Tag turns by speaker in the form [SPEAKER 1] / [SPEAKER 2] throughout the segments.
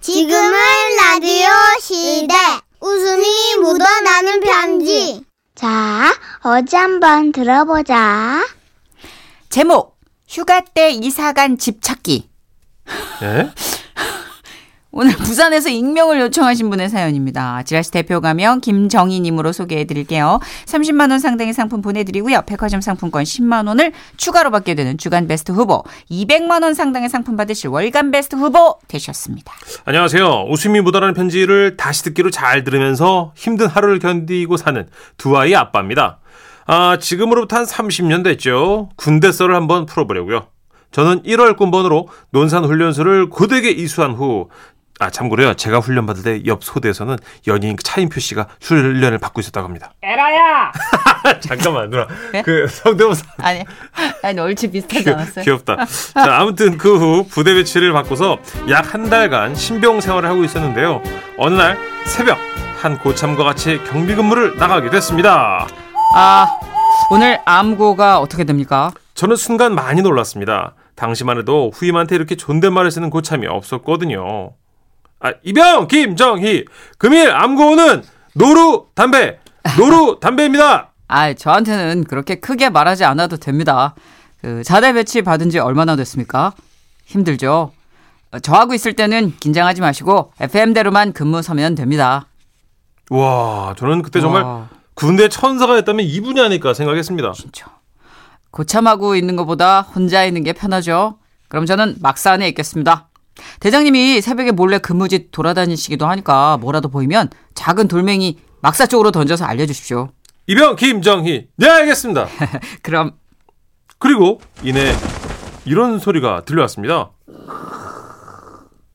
[SPEAKER 1] 지금은 라디오 시대. 웃음이 묻어나는 편지.
[SPEAKER 2] 자, 어제 한번 들어보자.
[SPEAKER 3] 제목 휴가 때 이사간 집 찾기
[SPEAKER 4] 예?
[SPEAKER 3] 오늘 부산에서 익명을 요청하신 분의 사연입니다. 지라시 대표 가명 김정희님으로 소개해드릴게요. 30만 원 상당의 상품 보내드리고요. 백화점 상품권 10만 원을 추가로 받게 되는 주간 베스트 후보, 200만 원 상당의 상품 받으실 월간 베스트 후보 되셨습니다.
[SPEAKER 4] 안녕하세요. 웃음이 묻어나는 편지를 다시 듣기로 잘 들으면서 힘든 하루를 견디고 사는 두 아이 아빠입니다. 아, 지금으로부터 한 30년 됐죠. 군대 썰을 한번 풀어보려고요. 저는 1월 군번으로 논산 훈련소를 고대게 이수한 후, 아, 참고로요. 제가 훈련 받을 때 옆 소대에서는 연예인 차인표 씨가 훈련을 받고 있었다고 합니다.
[SPEAKER 3] 에라야!
[SPEAKER 4] 잠깐만, 누나.
[SPEAKER 3] 네?
[SPEAKER 4] 그 성대모사
[SPEAKER 3] 아니, 아니 얼추 비슷하지 않았어요?
[SPEAKER 4] 귀엽다. 자, 아무튼 그 후 부대 배치를 바꿔서 약 한 달간 신병 생활을 하고 있었는데요. 어느 날 새벽 한 고참과 같이 경비 근무를 나가게 됐습니다.
[SPEAKER 3] 아, 오늘 암고가 어떻게 됩니까?
[SPEAKER 4] 저는 순간 많이 놀랐습니다. 당시만 해도 후임한테 이렇게 존댓말을 쓰는 고참이 없었거든요. 아, 이병 김정희 금일 암고는 노루 담배 노루 담배입니다.
[SPEAKER 3] 아, 저한테는 그렇게 크게 말하지 않아도 됩니다. 그 자대 배치 받은 지 얼마나 됐습니까? 힘들죠. 어, 저하고 있을 때는 긴장하지 마시고 FM대로만 근무 서면 됩니다. 어,
[SPEAKER 4] 와, 저는 그때 정말
[SPEAKER 3] 와,
[SPEAKER 4] 군대 천사가 됐다면 이분이 아닐까 생각했습니다.
[SPEAKER 3] 진짜 고참하고 있는 것보다 혼자 있는 게 편하죠. 그럼 저는 막사 안에 있겠습니다. 대장님이 새벽에 몰래 근무지 돌아다니시기도 하니까 뭐라도 보이면 작은 돌멩이 막사 쪽으로 던져서 알려주십시오.
[SPEAKER 4] 이병 김정희 네 알겠습니다.
[SPEAKER 3] 그럼
[SPEAKER 4] 그리고 이내 이런 소리가 들려왔습니다.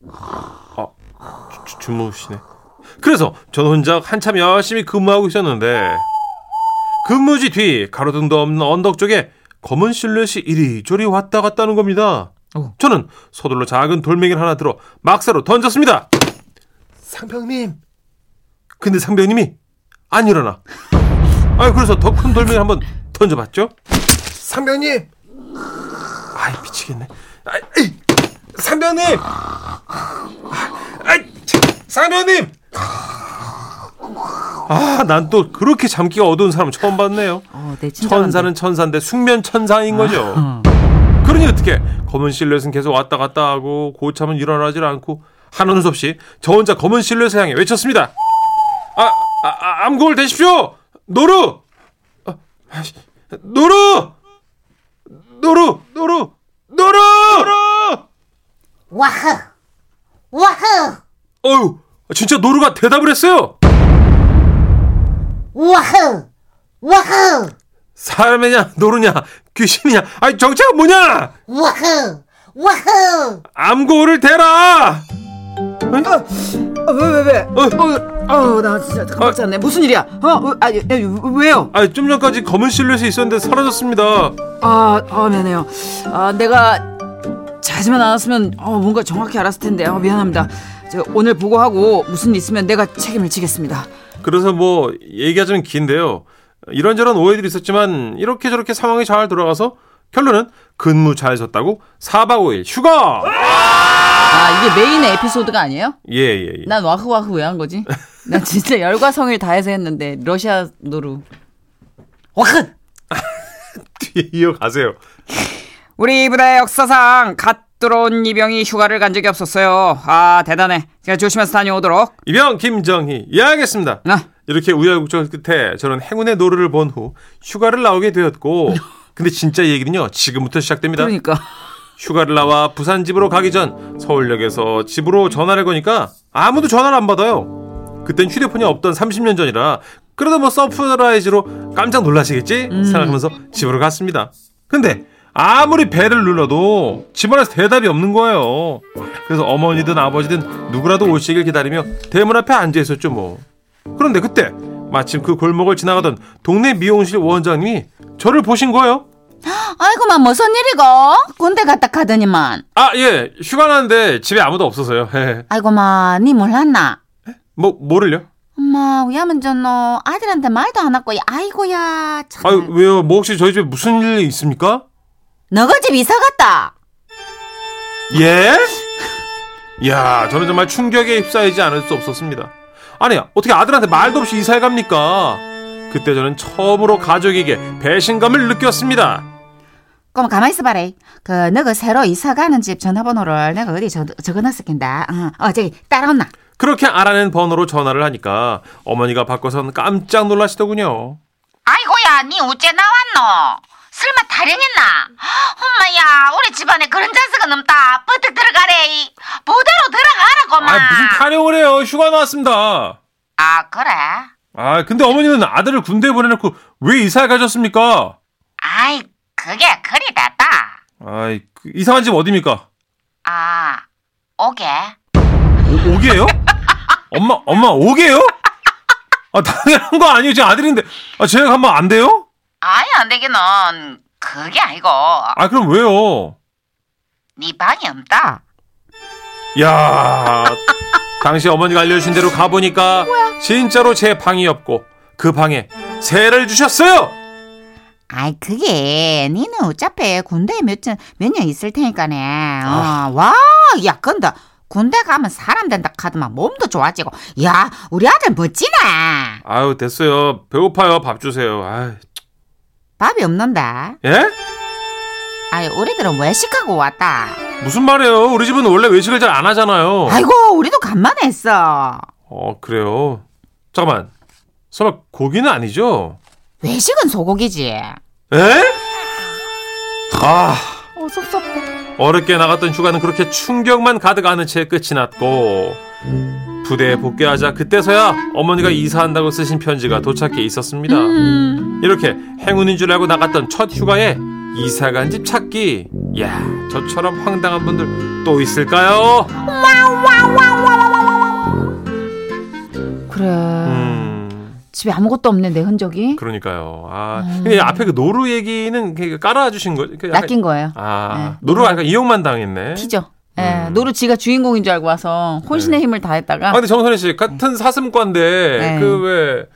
[SPEAKER 4] 아, 주- 주- 주무시네. 그래서 저는 혼자 한참 열심히 근무하고 있었는데 근무지 뒤 가로등도 없는 언덕 쪽에 검은 실루엣이 이리저리 왔다 갔다 하는 겁니다.
[SPEAKER 3] 오.
[SPEAKER 4] 저는 서둘러 작은 돌멩이를 하나 들어 막사로 던졌습니다. 상병님. 근데 상병님이 안 일어나. 아, 그래서 더 큰 돌멩이를 한번 던져봤죠. 상병님. 아이 미치겠네. 아이, 에이, 상병님. 아이, 참, 상병님. 아, 난 또 그렇게 잠기가 어두운 사람 처음 봤네요.
[SPEAKER 3] 어, 네, 진짜
[SPEAKER 4] 천사는 천사인데 숙면 천사인 거죠. 그러니 어떻게 검은 실루엣은 계속 왔다 갔다 하고 고참은 일어나질 않고 한원수 없이 저 혼자 검은 실루엣을 향해 외쳤습니다. 아, 아, 아 암골 되십시오. 노루. 아, 아이씨. 노루. 노루. 노루. 노루. 노루.
[SPEAKER 1] 와흐! 와흐!
[SPEAKER 4] 어유, 진짜 노루가 대답을 했어요.
[SPEAKER 1] 와흐! 와흐!
[SPEAKER 4] 사람이냐 노루냐 귀신이냐 아니 정체가 뭐냐
[SPEAKER 1] 와흐! 와흐!
[SPEAKER 4] 암골을 대라
[SPEAKER 3] 왜 왜 왜?
[SPEAKER 4] 어.
[SPEAKER 3] 어, 어, 나 진짜 깜짝 놀랐네. 무슨 일이야? 어, 어, 아, 예, 예, 왜요?
[SPEAKER 4] 아니 좀 전까지 검은 실루엣이 있었는데 사라졌습니다
[SPEAKER 3] 아, 아, 미안해요. 아, 내가 자지만 않았으면 어, 뭔가 정확히 알았을 텐데. 어, 미안합니다. 저 오늘 보고하고 무슨 일 있으면 내가 책임을 지겠습니다.
[SPEAKER 4] 그래서 뭐 얘기하자면 긴데요 이런저런 오해들이 있었지만 이렇게 저렇게 상황이 잘 돌아가서 결론은 근무 잘 섰다고 4박 5일 휴가
[SPEAKER 3] 아, 이게 메인의 에피소드가 아니에요?
[SPEAKER 4] 예예예
[SPEAKER 3] 난 와흐와흐 왜 한 거지? 난 진짜 열과 성을 다해서 했는데 러시아 노루. 와흐!
[SPEAKER 4] 뒤에 이어가세요
[SPEAKER 3] 우리 부대 역사상 갓 들어온 이병이 휴가를 간 적이 없었어요. 아 대단해. 제가 조심해서 다녀오도록.
[SPEAKER 4] 이병 김정희 예 알겠습니다
[SPEAKER 3] 아.
[SPEAKER 4] 이렇게 우여곡절 끝에 저는 행운의 노루를 본 후 휴가를 나오게 되었고 근데 진짜 얘기는요 지금부터 시작됩니다
[SPEAKER 3] 그러니까
[SPEAKER 4] 휴가를 나와 부산 집으로 가기 전 서울역에서 집으로 전화를 거니까 아무도 전화를 안 받아요. 그땐 휴대폰이 없던 30년 전이라 그래도 뭐 서프라이즈로 깜짝 놀라시겠지 생각하면서 집으로 갔습니다. 근데 아무리 배를 눌러도 집안에서 대답이 없는 거예요. 그래서 어머니든 아버지든 누구라도 오시길 기다리며 대문 앞에 앉아 있었죠 뭐. 그런데 그때 마침 그 골목을 지나가던 동네 미용실 원장님이 저를 보신 거예요.
[SPEAKER 3] 아이고만
[SPEAKER 5] 뭐,
[SPEAKER 3] 무슨 일이고 군대 갔다 가더니만
[SPEAKER 4] 아, 예. 휴가 나는데 집에 아무도 없어서요. 예.
[SPEAKER 3] 아이고만 니 몰랐나?
[SPEAKER 4] 뭐, 뭐를요?
[SPEAKER 6] 엄마, 왜냐면 저너 아들한테 말도 안 하고, 아이고야, 참.
[SPEAKER 5] 네.
[SPEAKER 4] 아유, 왜요? 뭐 혹시 저희 집에 무슨 일 있습니까?
[SPEAKER 6] 너가 집 이사 갔다.
[SPEAKER 4] 예? 이야, 저는 정말 충격에 휩싸이지 않을 수 없었습니다. 아니, 어떻게 아들한테 말도 없이 이사해 갑니까? 그때 저는 처음으로 가족에게 배신감을 느꼈습니다.
[SPEAKER 5] 그럼 가만히 있어봐라. 그, 너가 새로 이사 가는 집 전화번호를 내가 어디 적, 적어놨을 낀다. 어, 어, 저기, 따라온나?
[SPEAKER 4] 그렇게 알아낸 번호로 전화를 하니까 어머니가 바꿔선 깜짝 놀라시더군요.
[SPEAKER 7] 아이고야, 니 어째 나왔노? 설마 타령했나? 엄마야, 우리 집안에 그런 자수가 넘다. 버뜩 들어가래. 부대로
[SPEAKER 4] 아,
[SPEAKER 7] 들어가라고만.
[SPEAKER 4] 무슨 타령을 해요. 휴가 나왔습니다.
[SPEAKER 7] 아, 그래?
[SPEAKER 4] 아, 근데 어머니는 아들을 군대에 보내놓고 왜 이사해 가셨습니까?
[SPEAKER 7] 아이, 그게 그리 됐다.
[SPEAKER 4] 아이, 그 이상한 집 어딥니까?
[SPEAKER 7] 아, 오게.
[SPEAKER 4] 오, 오기예요? 엄마, 엄마 오기예요? 아, 당연한 거 아니에요. 제 아들인데. 아, 제가 가면 안 돼요?
[SPEAKER 7] 아예 안 되기는 그게 아니고
[SPEAKER 4] 아, 그럼 왜요?
[SPEAKER 7] 니 방이 없다.
[SPEAKER 4] 야 당시 어머니가 알려주신 대로 가보니까 진짜로 제 방이 없고 그 방에 새를 주셨어요.
[SPEAKER 5] 아이, 그게, 니는 어차피 군대에 몇, 년- 몇 년 있을 테니까네. 어, 와, 야, 근데, 군대 가면 사람 된다 카드만 몸도 좋아지고, 야, 우리 아들 멋지네.
[SPEAKER 4] 아유 됐어요. 배고파요. 밥 주세요. 아,
[SPEAKER 5] 밥이 없는데.
[SPEAKER 4] 예?
[SPEAKER 5] 아이, 우리들은 외식하고 왔다.
[SPEAKER 4] 무슨 말이에요? 우리 집은 원래 외식을 잘 안 하잖아요.
[SPEAKER 5] 아이고, 우리도 간만에 했어.
[SPEAKER 4] 어 그래요. 잠깐만. 설마 고기는 아니죠?
[SPEAKER 5] 외식은 소고기지.
[SPEAKER 4] 에? 아
[SPEAKER 5] 어, 섭섭해.
[SPEAKER 4] 어렵게 나갔던 휴가는 그렇게 충격만 가득 안은 채 끝이 났고 부대에 복귀하자 그때서야 어머니가 이사한다고 쓰신 편지가 도착해 있었습니다.
[SPEAKER 5] 음.
[SPEAKER 4] 이렇게 행운인 줄 알고 나갔던 첫 휴가에 이사 간 집 찾기. 야, 저처럼 황당한 분들 또 있을까요?
[SPEAKER 5] 그래.
[SPEAKER 4] 음,
[SPEAKER 5] 집에 아무것도 없네, 내 흔적이.
[SPEAKER 4] 그러니까요. 아, 근데 앞에 그 노루 얘기는 그 깔아주신 거. 그 약간-
[SPEAKER 5] 음. 낚인 거예요. 네.
[SPEAKER 4] 아, 노루가 약간 이용만 당했네.
[SPEAKER 5] 티죠.
[SPEAKER 4] 음.
[SPEAKER 5] 예, 노루 지가 주인공인 줄 알고 와서 혼신의 힘을 다했다가
[SPEAKER 4] 아, 근데 정선혜 씨 같은 사슴과인데
[SPEAKER 5] 음. 네.
[SPEAKER 4] 그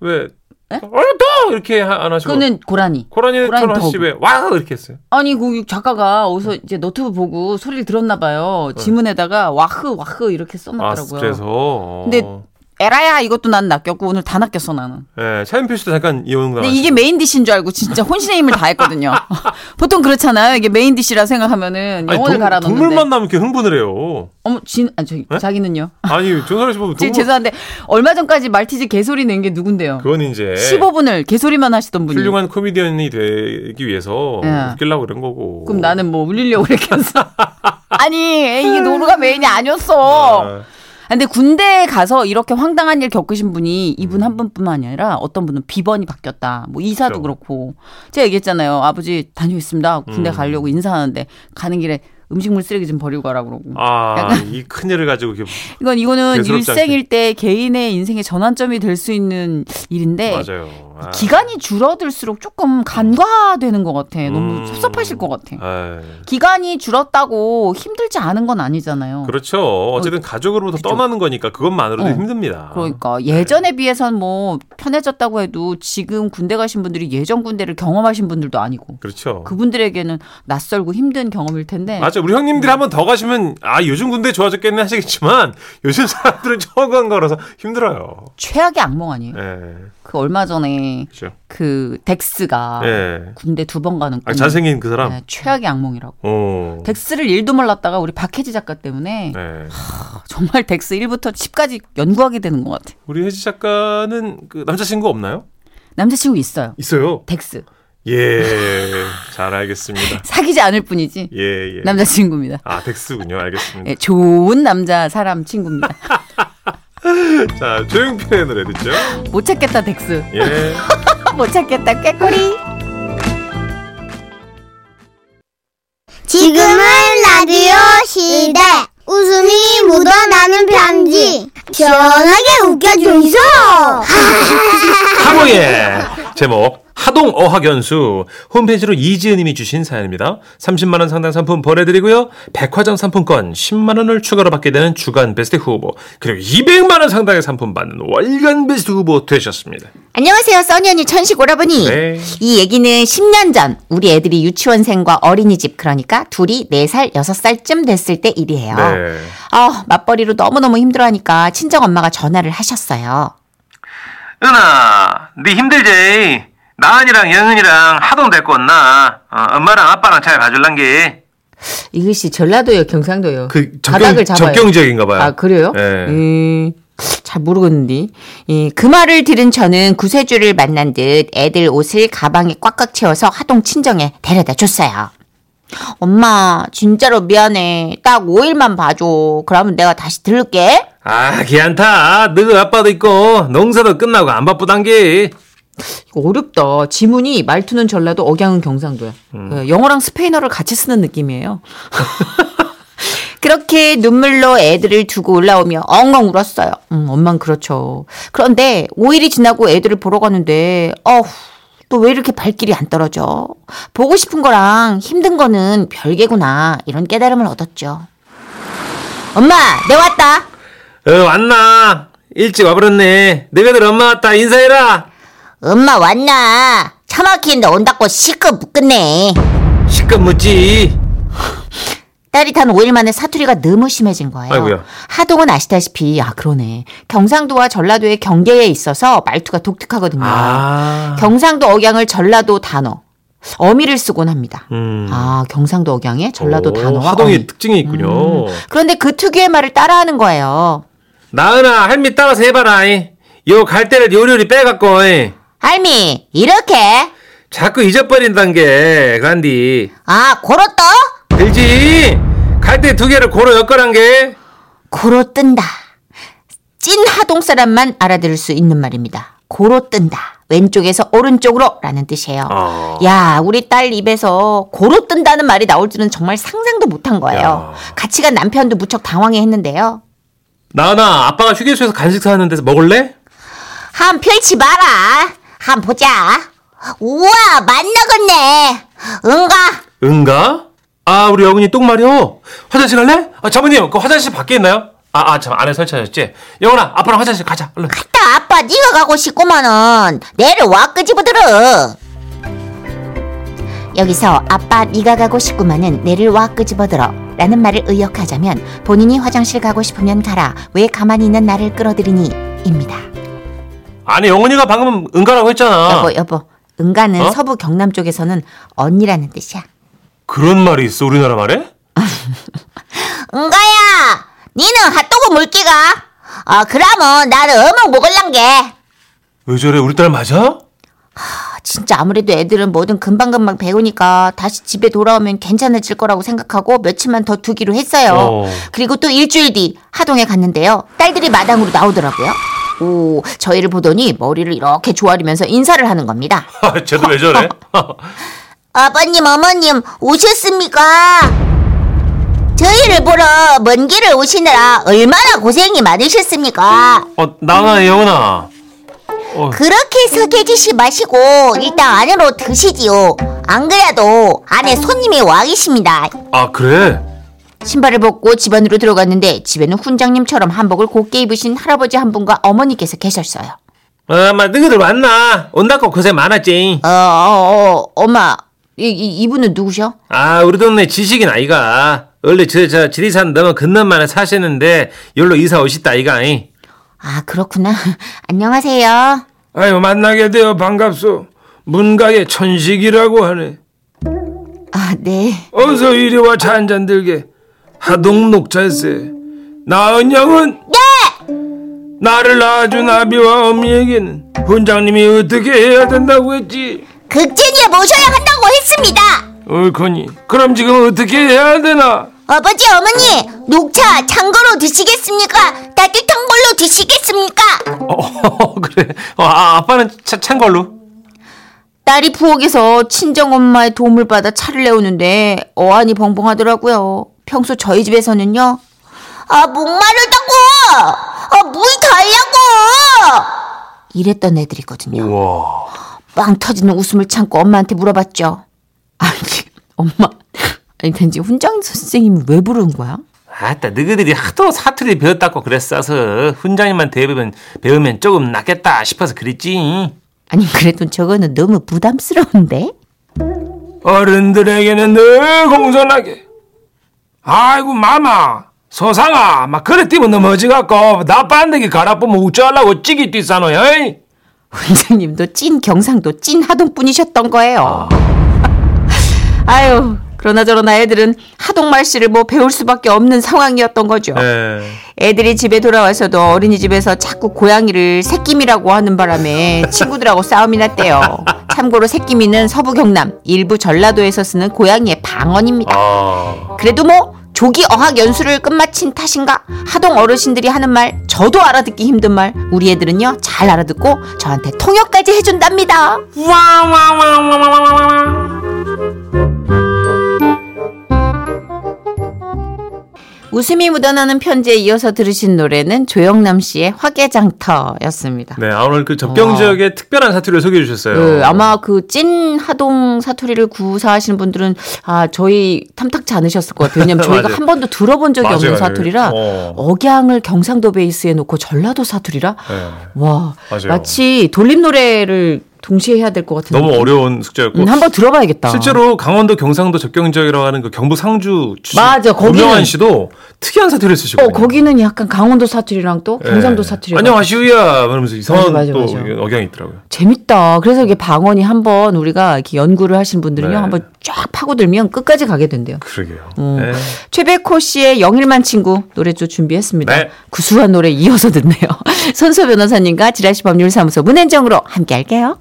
[SPEAKER 4] 왜 왜 어또 이렇게 하- 안 하시고
[SPEAKER 5] 그거는 고라니. 고라니
[SPEAKER 4] 고라니처럼
[SPEAKER 5] 더.
[SPEAKER 4] 하시 왜와 이렇게 했어요.
[SPEAKER 5] 아니 그 작가가 어디서 이제 노트북 보고 소리를 들었나 봐요. 지문에다가 와흐 와흐 이렇게
[SPEAKER 4] 네. 아,
[SPEAKER 5] 써놨더라고요.
[SPEAKER 4] 그래서 어.
[SPEAKER 5] 근데 에라야 이것도 난 낚였고 오늘 다 낚였어 나는.
[SPEAKER 4] 예, 차인표 씨도 잠깐 이용
[SPEAKER 5] 근데
[SPEAKER 4] 당하시고
[SPEAKER 5] 이게 메인 디시인 줄 알고 진짜 혼신의 힘을 다했거든요. 보통 그렇잖아요. 이게 메인 디시라 생각하면은
[SPEAKER 4] 아니,
[SPEAKER 5] 영혼을
[SPEAKER 4] 동-
[SPEAKER 5] 갈아넣는데.
[SPEAKER 4] 동물 만나면 이렇게 흥분을 해요.
[SPEAKER 5] 어머 진 아, 저기 자기는요.
[SPEAKER 4] 아니 정선혜 씨 보면
[SPEAKER 5] 지금
[SPEAKER 4] 동물
[SPEAKER 5] 죄송한데 얼마 전까지 말티즈 개소리 낸 게 누군데요?
[SPEAKER 4] 그건 이제
[SPEAKER 5] 15분을 개소리만 하시던 분이.
[SPEAKER 4] 훌륭한 코미디언이 되기 위해서
[SPEAKER 5] 예.
[SPEAKER 4] 웃기려고 그런 거고.
[SPEAKER 5] 그럼 나는 뭐 울리려고 그랬겠어. 아니, 에이, 이게 노루가 메인이 아니었어.
[SPEAKER 4] 아,
[SPEAKER 5] 아, 근데 군대에 가서 이렇게 황당한 일 겪으신 분이 이분 한 분뿐만 아니라 어떤 분은 비번이 바뀌었다. 뭐 이사도
[SPEAKER 4] 그렇죠.
[SPEAKER 5] 그렇고 제가 얘기했잖아요. 아버지 다녀있습니다. 군대
[SPEAKER 4] 음.
[SPEAKER 5] 가려고 인사하는데 가는 길에 음식물 쓰레기 좀 버리고 가라 그러고.
[SPEAKER 4] 아, 그 이 큰일을 가지고 이렇게
[SPEAKER 5] 이건 이거는
[SPEAKER 4] 대수롭지
[SPEAKER 5] 일생일 때 개인의 인생의 전환점이 될 수 있는 일인데
[SPEAKER 4] 맞아요. 아.
[SPEAKER 5] 예. 기간이 줄어들수록 조금 간과되는 것 같아. 너무
[SPEAKER 4] 음.
[SPEAKER 5] 섭섭하실 것 같아.
[SPEAKER 4] 아,
[SPEAKER 5] 기간이 줄었다고 힘들지 않은 건 아니잖아요. 그
[SPEAKER 4] 그렇죠. 어쨌든 가족으로부터 떠나는 거니까 그것만으로도
[SPEAKER 5] 어.
[SPEAKER 4] 힘듭니다.
[SPEAKER 5] 러니까
[SPEAKER 4] 네.
[SPEAKER 5] 예전에 비해선 뭐 편해졌다고 해도 지금 군대 가신 분들이 예전 군대를 경험하신 분들도 아니고
[SPEAKER 4] 그렇죠.
[SPEAKER 5] 그분들에게는 낯설고 힘든 경험일 텐데
[SPEAKER 4] 맞아 우리 형님들이 한번 더 가시면 아 요즘 군대 좋아졌겠네 하시겠지만 요즘 사람들은 처음 간 거라서 힘들어요.
[SPEAKER 5] 최악의 악몽 아니에요?
[SPEAKER 4] 예,
[SPEAKER 5] 그 얼마 전에
[SPEAKER 4] 그렇죠.
[SPEAKER 5] 그 덱스가
[SPEAKER 4] 예,
[SPEAKER 5] 군대 두 번 가는
[SPEAKER 4] 아,
[SPEAKER 5] 꿈.
[SPEAKER 4] 잘생긴 그 사람.
[SPEAKER 5] 네, 최악의 악몽이라고.
[SPEAKER 4] 어.
[SPEAKER 5] 덱스를 일도 몰랐다가 우리 박혜지 작가 때문에
[SPEAKER 4] 네.
[SPEAKER 5] 정말 덱스 1부터 10까지 연구하게 되는 것 같아.
[SPEAKER 4] 우리 혜지 작가는 그 남자친구 없나요?
[SPEAKER 5] 남자친구 있어요.
[SPEAKER 4] 있어요.
[SPEAKER 5] 덱스.
[SPEAKER 4] 예, 잘 알겠습니다.
[SPEAKER 5] 사귀지 않을 뿐이지.
[SPEAKER 4] 예, 예.
[SPEAKER 5] 남자친구입니다.
[SPEAKER 4] 아 덱스군요. 알겠습니다.
[SPEAKER 5] 예, 좋은 남자 사람 친구입니다.
[SPEAKER 4] 자 조용필의 노래 듣죠.
[SPEAKER 5] 못 찾겠다 덱스.
[SPEAKER 4] 예.
[SPEAKER 5] 못 찾겠다 깨꼬리.
[SPEAKER 1] 지금은 라디오 시대. 웃음이 묻어나는 편지. 시원하게 웃겨주이소.
[SPEAKER 4] 하모예 제목 하동 어학연수 홈페이지로 이지은님이 주신 사연입니다. 30만 원 상당 상품 보내드리고요. 백화점 상품권 10만 원을 추가로 받게 되는 주간 베스트 후보 그리고 200만 원 상당의 상품 받는 월간 베스트 후보 되셨습니다.
[SPEAKER 5] 안녕하세요, 써니 언니 천식 오라버니.
[SPEAKER 4] 네.
[SPEAKER 5] 이 얘기는 10년 전 우리 애들이 유치원생과 어린이집 그러니까 둘이 4살, 6살쯤 됐을 때 일이에요.
[SPEAKER 4] 네.
[SPEAKER 5] 아, 맞벌이로 너무너무 힘들어하니까 친정 엄마가 전화를 하셨어요.
[SPEAKER 4] 은아, 네 힘들지? 나은이랑 영은이랑 하동 데리고 온나? 어, 엄마랑 아빠랑 잘 봐줄란 게.
[SPEAKER 8] 이글 씨 전라도요, 경상도요.
[SPEAKER 4] 그
[SPEAKER 8] 바닥을 잡아요.
[SPEAKER 4] 적경적인가 봐요.
[SPEAKER 8] 아 그래요?
[SPEAKER 4] 예.
[SPEAKER 8] 음,
[SPEAKER 5] 잘 모르겠는데. 이, 그 말을 들은 저는 구세주를 만난 듯 애들 옷을 가방에 꽉꽉 채워서 하동 친정에 데려다 줬어요. 엄마, 진짜로 미안해. 딱 5일만 봐줘. 그러면 내가 다시 들를게.
[SPEAKER 4] 아, 귀찮다. 너희 아빠도 있고 농사도 끝나고 안 바쁘단 게.
[SPEAKER 8] 이거 어렵다. 지문이 말투는 전라도, 억양은 경상도야. 예,
[SPEAKER 5] 그
[SPEAKER 8] 영어랑 스페인어를 같이 쓰는 느낌이에요.
[SPEAKER 5] 그렇게 눈물로 애들을 두고 올라오며 엉엉 울었어요.
[SPEAKER 8] 음, 엄만 그렇죠.
[SPEAKER 5] 그런데 5일이 지나고 애들을 보러 가는데 어후 또 왜 이렇게 발길이 안 떨어져? 보고 싶은 거랑 힘든 거는 별개구나 이런 깨달음을 얻었죠. 엄마 내 왔다.
[SPEAKER 4] 어, 왔나? 일찍 와버렸네. 너희들 엄마 왔다. 인사해라.
[SPEAKER 2] 엄마 왔나? 차 막히는데 온다고 시끄 묶었네.
[SPEAKER 4] 시급 묻지.
[SPEAKER 5] 딸이 단 5일 만에 사투리가 너무 심해진 거예요.
[SPEAKER 4] 아이고야.
[SPEAKER 5] 하동은 아시다시피 아 그러네 경상도와 전라도의 경계에 있어서 말투가 독특하거든요.
[SPEAKER 4] 아.
[SPEAKER 5] 경상도 억양을 전라도 단어 어미를 쓰곤 합니다.
[SPEAKER 4] 음.
[SPEAKER 5] 아 경상도 억양에 전라도 음.
[SPEAKER 4] 오,
[SPEAKER 5] 단어와
[SPEAKER 4] 하동의
[SPEAKER 5] 어미.
[SPEAKER 4] 특징이 있군요.
[SPEAKER 5] 그런데 그 특유의 말을 따라하는 거예요.
[SPEAKER 4] 나은아, 할미 따라서 해봐라. 이. 요 갈대를 요리요리 빼갖고. 이.
[SPEAKER 5] 할미 이렇게
[SPEAKER 4] 자꾸 잊어버린단 게, 간디.
[SPEAKER 5] 아 고로 떠
[SPEAKER 4] 들지? 갈대 두 개를 고로 엮어란 게.
[SPEAKER 5] 고로 뜬다. 찐 하동 사람만 알아들을 수 있는 말입니다. 고로 뜬다. 왼쪽에서 오른쪽으로라는 뜻이에요.
[SPEAKER 4] 아.
[SPEAKER 5] 야, 우리 딸 입에서 고로 뜬다는 말이 나올 줄은 정말 상상도 못한 거예요.
[SPEAKER 4] 야.
[SPEAKER 5] 같이 간 남편도 무척 당황해 했는데요.
[SPEAKER 4] 나은아, 아빠가 휴게소에서 간식 사는 데서 먹을래?
[SPEAKER 2] 한 펼치 봐라. 한 보자. 우와, 만나겠네. 응가.
[SPEAKER 4] 응가? 아, 우리 영은이 똥 마려. 화장실 갈래? 아, 자모님, 그 화장실 밖에 있나요? 아, 아, 참, 안에 설치하셨지? 영은아, 아빠랑 화장실 가자, 얼른.
[SPEAKER 2] 갔다 아빠 네가 가고 싶구만은 내려와 끄집어들어.
[SPEAKER 5] 여기서 아빠 네가 가고 싶구만은 내를 와 끄집어들어 라는 말을 의역하자면 본인이 화장실 가고 싶으면 가라 왜 가만히 있는 나를 끌어들이니 입니다.
[SPEAKER 4] 아니, 영은이가 방금 응가라고 했잖아.
[SPEAKER 5] 여보 여보 은가는
[SPEAKER 4] 어?
[SPEAKER 5] 서부 경남 쪽에서는 언니라는 뜻이야.
[SPEAKER 4] 그런 말이 있어, 우리나라 말에?
[SPEAKER 2] 응가야, 니는 핫도그 물기가. 어, 그러면 나는 어묵 먹을란게.
[SPEAKER 4] 왜 저래, 우리 딸 맞아?
[SPEAKER 5] 진짜 아무래도 애들은 뭐든 금방금방 배우니까 다시 집에 돌아오면 괜찮아질 거라고 생각하고 며칠만 더 두기로 했어요.
[SPEAKER 4] 어.
[SPEAKER 5] 그리고 또 일주일 뒤 하동에 갔는데요. 딸들이 마당으로 나오더라고요. 오, 저희를 보더니 머리를 이렇게 조아리면서 인사를 하는 겁니다.
[SPEAKER 4] 아, 쟤도 왜 저래? 어,
[SPEAKER 2] 아버님, 어머님, 오셨습니까? 저희를 보러 먼 길을 오시느라 얼마나 고생이 많으셨습니까?
[SPEAKER 4] 어, 나은아, 영은아.
[SPEAKER 2] 그렇게 서계지시 마시고 일단 안으로 드시지요. 안 그래도 안에 손님이 와 계십니다.
[SPEAKER 4] 아, 그래?
[SPEAKER 5] 신발을 벗고 집 안으로 들어갔는데 집에는 훈장님처럼 한복을 곱게 입으신 할아버지 한 분과 어머니께서 계셨어요.
[SPEAKER 4] 아, 마, 너희들 왔나? 온다고 고생 많았지.
[SPEAKER 5] 어, 어, 어 엄마, 이, 이, 이분은 누구셔?
[SPEAKER 4] 아, 우리 동네 지식인 아이가. 원래 저, 저, 지리산 넘어 건너만에 사시는데, 여기로 이사 오셨다, 아이가. 잉.
[SPEAKER 5] 아, 그렇구나. 안녕하세요.
[SPEAKER 4] 아유 만나게 되어 반갑소. 문가의 천식이라고 하네.
[SPEAKER 5] 아, 네.
[SPEAKER 4] 어서 이리 와 차 한잔 들게. 하동 녹차세. 나은 양은 네. 나를 낳아준 아비와 어미에게는 훈장님이 어떻게 해야 된다고 했지.
[SPEAKER 2] 극진히 모셔야 한다고 했습니다.
[SPEAKER 4] 옳거니. 그럼 지금 어떻게 해야 되나?
[SPEAKER 2] 아버지, 어머니, 녹차 찬거로 드시겠습니까? 따뜻한 걸로 드시겠습니까?
[SPEAKER 4] 어, 그래. 아, 아빠는 차, 찬 걸로.
[SPEAKER 5] 딸이 부엌에서 친정엄마의 도움을 받아 차를 내오는데 어안이 벙벙하더라고요. 평소 저희 집에서는요.
[SPEAKER 2] 아, 목마르다고! 아, 물 달라고!
[SPEAKER 5] 이랬던 애들이거든요.
[SPEAKER 4] 우와.
[SPEAKER 9] 빵 터지는 웃음을 참고 엄마한테 물어봤죠.
[SPEAKER 5] 아니 엄마 아니 왠지 훈장 선생님 왜 부른 거야?
[SPEAKER 4] 아따 너희들이 하도 사투리 배웠다고 그랬어서 훈장님만 배우면 배우면 조금 낫겠다 싶어서 그랬지.
[SPEAKER 5] 아니 그래도 저거는 너무 부담스러운데?
[SPEAKER 4] 어른들에게는 늘 공손하게. 아이고 마마 소상아 막 그래 뛰면 넘어지갖고 나빠한 데기 갈아뿌면 우쩌하려고 찌기 뛰싸노요.
[SPEAKER 5] 훈장님도 찐 경상도 찐 하동뿐이셨던 거예요. 아유 그러나 저러나 애들은 하동말씨를 뭐 배울 수밖에 없는 상황이었던 거죠.
[SPEAKER 4] 네.
[SPEAKER 10] 예.
[SPEAKER 5] 애들이 집에 돌아와서도 어린이집에서 자꾸 고양이를 새끼미라고 하는 바람에 친구들하고 싸움이 났대요. 참고로 새끼미는 서부 경남 일부 전라도에서 쓰는 고양이의 방언입니다.
[SPEAKER 10] 아.
[SPEAKER 5] 그래도 뭐 조기 어학 연수를 끝마친 탓인가 하동 어르신들이 하는 말 저도 알아듣기 힘든 말 우리 애들은요 잘 알아듣고 저한테 통역까지 해준답니다. 웃음이 묻어나는 편지에 이어서 들으신 노래는 조영남 씨의 화개장터였습니다.
[SPEAKER 10] 네, 아, 오늘 그 접경
[SPEAKER 5] 어.
[SPEAKER 10] 지역의 특별한 사투리를 소개해 주셨어요.
[SPEAKER 5] 네, 아마 그 찐 하동 사투리를 구사하시는 분들은 아 저희 탐탁지 않으셨을 것 같아요. 왜냐면 저희가
[SPEAKER 10] 맞아요.
[SPEAKER 5] 한 번도 들어본 적이
[SPEAKER 10] 맞아요,
[SPEAKER 5] 없는
[SPEAKER 10] 맞아요.
[SPEAKER 5] 사투리라
[SPEAKER 10] 어.
[SPEAKER 5] 억양을 경상도 베이스에 놓고 전라도 사투리라
[SPEAKER 10] 네,
[SPEAKER 5] 와
[SPEAKER 10] 맞아요.
[SPEAKER 5] 마치 돌림 노래를 동시에 해야 될 것 같은
[SPEAKER 10] 너무
[SPEAKER 5] 느낌.
[SPEAKER 10] 어려운 숙제였고
[SPEAKER 5] 음, 한번 들어봐야겠다.
[SPEAKER 10] 실제로 강원도 경상도 접경 지역이라고 하는 그 경북 상주 출신
[SPEAKER 5] 맞아, 거기는-
[SPEAKER 10] 고명환 씨도 특이한 사투리를 쓰시고
[SPEAKER 5] 어 거기는 약간 강원도 사투리랑 또
[SPEAKER 10] 예.
[SPEAKER 5] 경상도 사투리
[SPEAKER 10] 안녕하시우야 그러면서 이상한
[SPEAKER 5] 맞아, 맞아,
[SPEAKER 10] 또
[SPEAKER 5] 맞아.
[SPEAKER 10] 억양이 있더라고요.
[SPEAKER 5] 재밌다. 그래서 이게 방언이 한번 우리가 이렇게 연구를 하신 분들은요
[SPEAKER 10] 네.
[SPEAKER 5] 한번 쫙 파고들면 끝까지 가게 된대요.
[SPEAKER 10] 그러게요.
[SPEAKER 5] 음.
[SPEAKER 10] 네.
[SPEAKER 5] 최백호 씨의 영일만 친구 노래도 준비했습니다.
[SPEAKER 10] 네.
[SPEAKER 5] 구수한 노래 이어서 듣네요. 손소 변호사님과 지라시 법률사무소 문현정으로 함께할게요.